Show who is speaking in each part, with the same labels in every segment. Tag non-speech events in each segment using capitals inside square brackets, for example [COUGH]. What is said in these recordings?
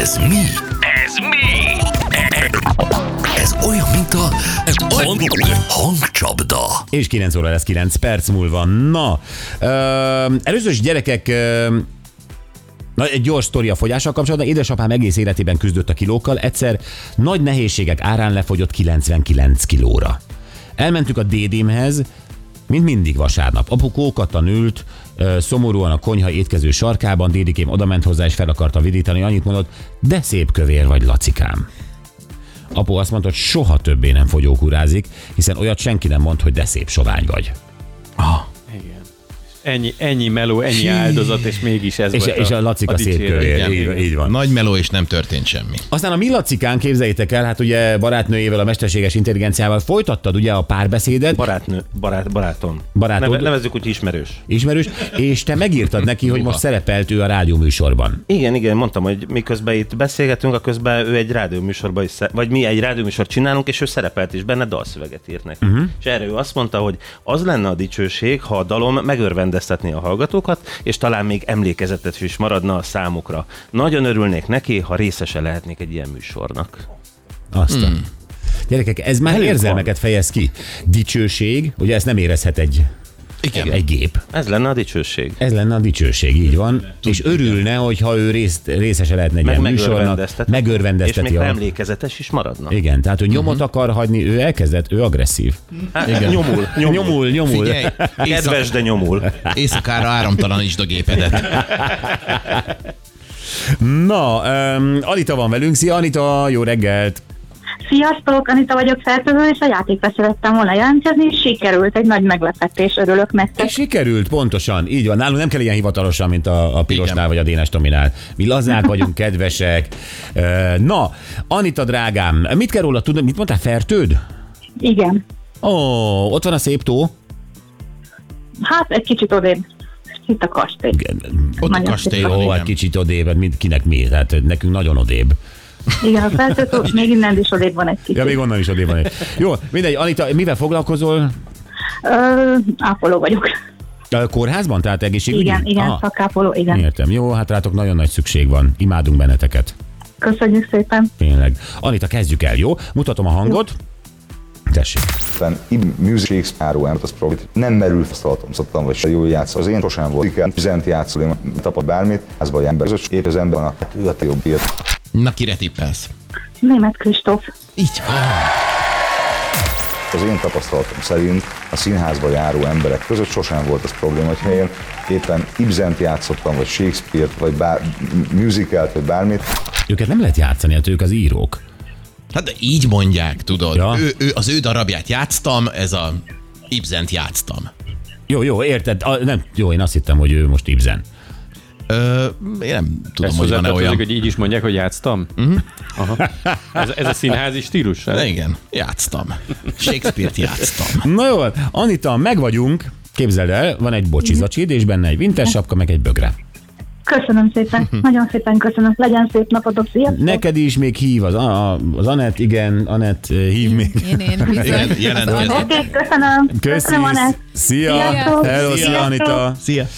Speaker 1: Ez mi?
Speaker 2: Ez mi?
Speaker 1: Ez olyan, mint a hangcsapda.
Speaker 3: És 9 óra lesz 9 perc múlva. Na, ö, először is gyerekek, ö, na, egy gyors sztori a fogyással kapcsolatban. Édesapám egész életében küzdött a kilókkal. Egyszer nagy nehézségek árán lefogyott 99 kilóra. Elmentük a dédimhez, mint mindig vasárnap. Apu kókattan ült, ö, szomorúan a konyha étkező sarkában, dédikém odament hozzá és fel akarta vidítani, annyit mondott, de szép kövér vagy, lacikám. Apu azt mondta, hogy soha többé nem fogyókúrázik, hiszen olyat senki nem mond, hogy de szép sovány vagy.
Speaker 4: Igen. Ennyi, ennyi meló, ennyi áldozat, és mégis ez
Speaker 3: És,
Speaker 4: volt
Speaker 3: és a lacika szép
Speaker 4: dicséret.
Speaker 3: kövér.
Speaker 4: Igen, igen.
Speaker 3: Így, így van.
Speaker 5: Nagy meló, és nem történt semmi.
Speaker 3: Aztán a mi lacikán, képzeljétek el, hát ugye barátnőjével, a mesterséges intelligenciával folytattad ugye a párbeszédet,
Speaker 4: Barátnő, barát, barátom.
Speaker 3: Barátod?
Speaker 4: Neve, nevezzük úgy ismerős.
Speaker 3: ismerős, és te megírtad neki, hogy most
Speaker 5: Uha.
Speaker 3: szerepelt ő a rádióműsorban.
Speaker 4: Igen, igen, mondtam, hogy miközben itt beszélgetünk, a közben ő egy rádióműsorban is, sze- vagy mi egy rádióműsort csinálunk, és ő szerepelt is benne, dalszöveget írt neki. Uh-huh. És erre ő azt mondta, hogy az lenne a dicsőség, ha a dalom megörvendeztetné a hallgatókat, és talán még emlékezetet is maradna a számukra. Nagyon örülnék neki, ha részese lehetnék egy ilyen műsornak.
Speaker 3: Aztán. Hmm. Gyerekek, ez már
Speaker 4: Elég
Speaker 3: érzelmeket fejez ki. Dicsőség, ugye ezt nem érezhet egy,
Speaker 5: Igen.
Speaker 3: egy gép.
Speaker 4: Ez lenne a dicsőség.
Speaker 3: Ez lenne a dicsőség, így van. És örülne, hogyha ő részt, részese lehetne egy
Speaker 4: Meg
Speaker 3: ilyen műsornak.
Speaker 4: megörvendezteti. És
Speaker 3: Megörvendezteti.
Speaker 4: még Mhm. ha
Speaker 3: a...
Speaker 4: emlékezetes is maradna.
Speaker 3: Igen, tehát ő nyomot akar hagyni, ő elkezdett, ő agresszív.
Speaker 4: Hát,
Speaker 5: Igen.
Speaker 4: Nyomul, nyomul.
Speaker 3: Nyomul, nyomul.
Speaker 5: [LAUGHS] Figyelj, éjszak,
Speaker 4: Kedves, de nyomul.
Speaker 5: éjszakára áramtalanítsd a gépedet.
Speaker 3: Na, um, Anita van velünk. Szia, Anita, jó reggelt!
Speaker 6: Sziasztok, Anita vagyok feltövő, és a játékra szerettem volna jelentkezni, és sikerült, egy nagy meglepetés, örülök nektek.
Speaker 3: És sikerült, pontosan, így van. Nálunk nem kell ilyen hivatalosan, mint a, a Pirosnál
Speaker 5: Igen.
Speaker 3: vagy a Dénes Tominál. Mi lazák
Speaker 5: [LAUGHS]
Speaker 3: vagyunk, kedvesek. Ö, Na, Anita drágám, mit kell róla tudni? Mit mondtál, fertőd?
Speaker 6: Igen,
Speaker 3: Ó, ott van a szép tó.
Speaker 6: hát egy kicsit odébb. Itt a kastély.
Speaker 5: Ott a
Speaker 6: Nagyon
Speaker 5: kastély
Speaker 6: szép.
Speaker 3: Ó,
Speaker 5: van, igen.
Speaker 3: egy hát kicsit odébb, mint kinek mi, tehát nekünk nagyon odébb.
Speaker 6: Igen, a
Speaker 3: [LAUGHS]
Speaker 6: feltövő, még innen is odébb van egy kicsit.
Speaker 3: Ja, még onnan is odébb van. egy. Jó, mindegy, Anita, mivel foglalkozol?
Speaker 6: Ö, ápoló vagyok.
Speaker 3: A kórházban, tehát egészségügyi?
Speaker 6: Igen, igen,
Speaker 3: Aha,
Speaker 6: szakápoló, igen.
Speaker 3: Értem. Jó, hát rátok nagyon nagy szükség van. Imádunk benneteket.
Speaker 6: Köszönjük szépen.
Speaker 3: Tényleg. Anita, kezdjük el, jó? Mutatom a hangot. Tessék.
Speaker 7: Aztán így music áru ember, az problémát nem merül felszalatomzottan, vagy se jól játsz. Az én sosem volt ikán, üzent játszol, én tapad bármit, ez baj ember, közös, épp az ember van a ő a jobb írt.
Speaker 5: Na, kire tippelsz?
Speaker 6: Német Kristóf.
Speaker 5: Így van.
Speaker 7: Az én tapasztalatom szerint a színházba járó emberek között sosem volt az probléma, hogy helyen éppen Ibzent játszottam, vagy Shakespeare-t, vagy bár, musicalt, vagy bármit,
Speaker 3: Őket nem lehet játszani, hát ők az írók.
Speaker 5: Hát de így mondják, tudod.
Speaker 3: Ja.
Speaker 5: Ja. Ő, ő, az ő darabját játsztam, ez a Ibzent játsztam.
Speaker 3: Jó, jó, érted. A, nem, jó, én azt hittem, hogy ő most Ibzen.
Speaker 5: Ö, én nem tudom,
Speaker 4: Ezt
Speaker 5: hogy van-e
Speaker 4: hozzátartozik,
Speaker 5: olyan.
Speaker 4: hogy így is mondják, hogy játsztam?
Speaker 3: Mhm.
Speaker 4: Aha. Ez, ez a színházi
Speaker 3: [LAUGHS]
Speaker 4: stílus?
Speaker 5: De igen, játsztam. Shakespeare-t játsztam.
Speaker 3: Na jó, Anita, meg vagyunk. Képzeld el, van egy bocsizacsid, és benne egy vintes sapka, meg egy bögre.
Speaker 6: Köszönöm szépen, nagyon szépen köszönöm. Legyen szép napotok, sziasztok.
Speaker 3: Mhm. Neked is még hív az, a, a- az Anett, igen, Anett eh, hív még.
Speaker 8: Én, én, bizony.
Speaker 5: Igen, jelentkezett.
Speaker 6: Oké, köszönöm.
Speaker 3: Köszi.
Speaker 6: Köszönöm, Anett.
Speaker 3: Szia.
Speaker 6: Sziasztok.
Speaker 3: Hello, szia,
Speaker 6: Sziasztok.
Speaker 3: Anita.
Speaker 5: Szia.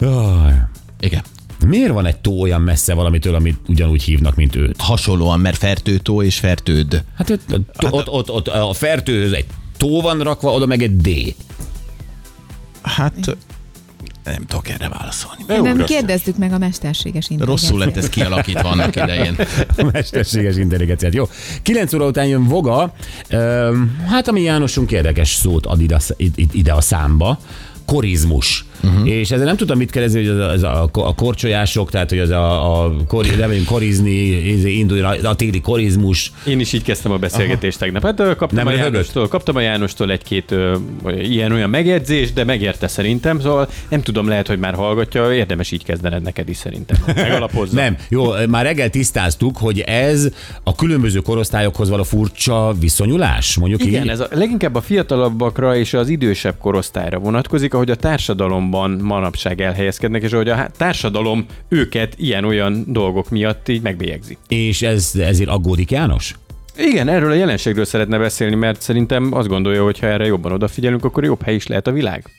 Speaker 3: Jaj.
Speaker 5: Igen.
Speaker 3: Miért van egy tó olyan messze valamitől, amit ugyanúgy hívnak, mint őt?
Speaker 5: Hasonlóan, mert fertőtó és fertőd.
Speaker 3: Hát ott, ott, ott, ott, ott a fertőhöz egy tó van rakva, oda meg egy D.
Speaker 5: Hát nem tudok erre válaszolni.
Speaker 8: Nem kérdeztük meg a mesterséges
Speaker 5: Rosszul lett
Speaker 8: intelligenciát.
Speaker 5: ez kialakítva
Speaker 8: [LAUGHS]
Speaker 5: annak idején.
Speaker 3: [LAUGHS] A mesterséges intelligenciát. Jó. 9 óra után jön Voga. Öm, hát ami Jánosunk érdekes szót ad ide, a sz- id- id- ide a számba. Korizmus. Uh-huh. És ezzel nem tudtam mit kérdezni, hogy az a, az a, ko- a korcsolyások, tehát hogy az a, a kori, lemegyünk korizni, izé, induljon a, a téli korizmus.
Speaker 4: Én is így kezdtem a beszélgetést Aha. tegnap. Hát ö, kaptam,
Speaker 3: Nem
Speaker 4: a
Speaker 3: röhögött?
Speaker 4: Jánostól, kaptam a Jánostól egy-két ö, ilyen-olyan megjegyzést, de megérte szerintem, szóval nem tudom, lehet, hogy már hallgatja, érdemes így kezdened neked is
Speaker 3: [LAUGHS]
Speaker 4: szerintem. Megalapozza.
Speaker 3: Nem, jó, már reggel tisztáztuk, hogy ez a különböző korosztályokhoz való furcsa viszonyulás, mondjuk
Speaker 4: Igen,
Speaker 3: így.
Speaker 4: ez a, leginkább a fiatalabbakra és az idősebb korosztályra vonatkozik, ahogy a társadalomban manapság elhelyezkednek, és ahogy a há- társadalom őket ilyen-olyan dolgok miatt így megbélyegzi.
Speaker 3: És ez, ezért aggódik János?
Speaker 4: Igen, erről a jelenségről szeretne beszélni, mert szerintem azt gondolja, hogy ha erre jobban odafigyelünk, akkor jobb hely is lehet a világ.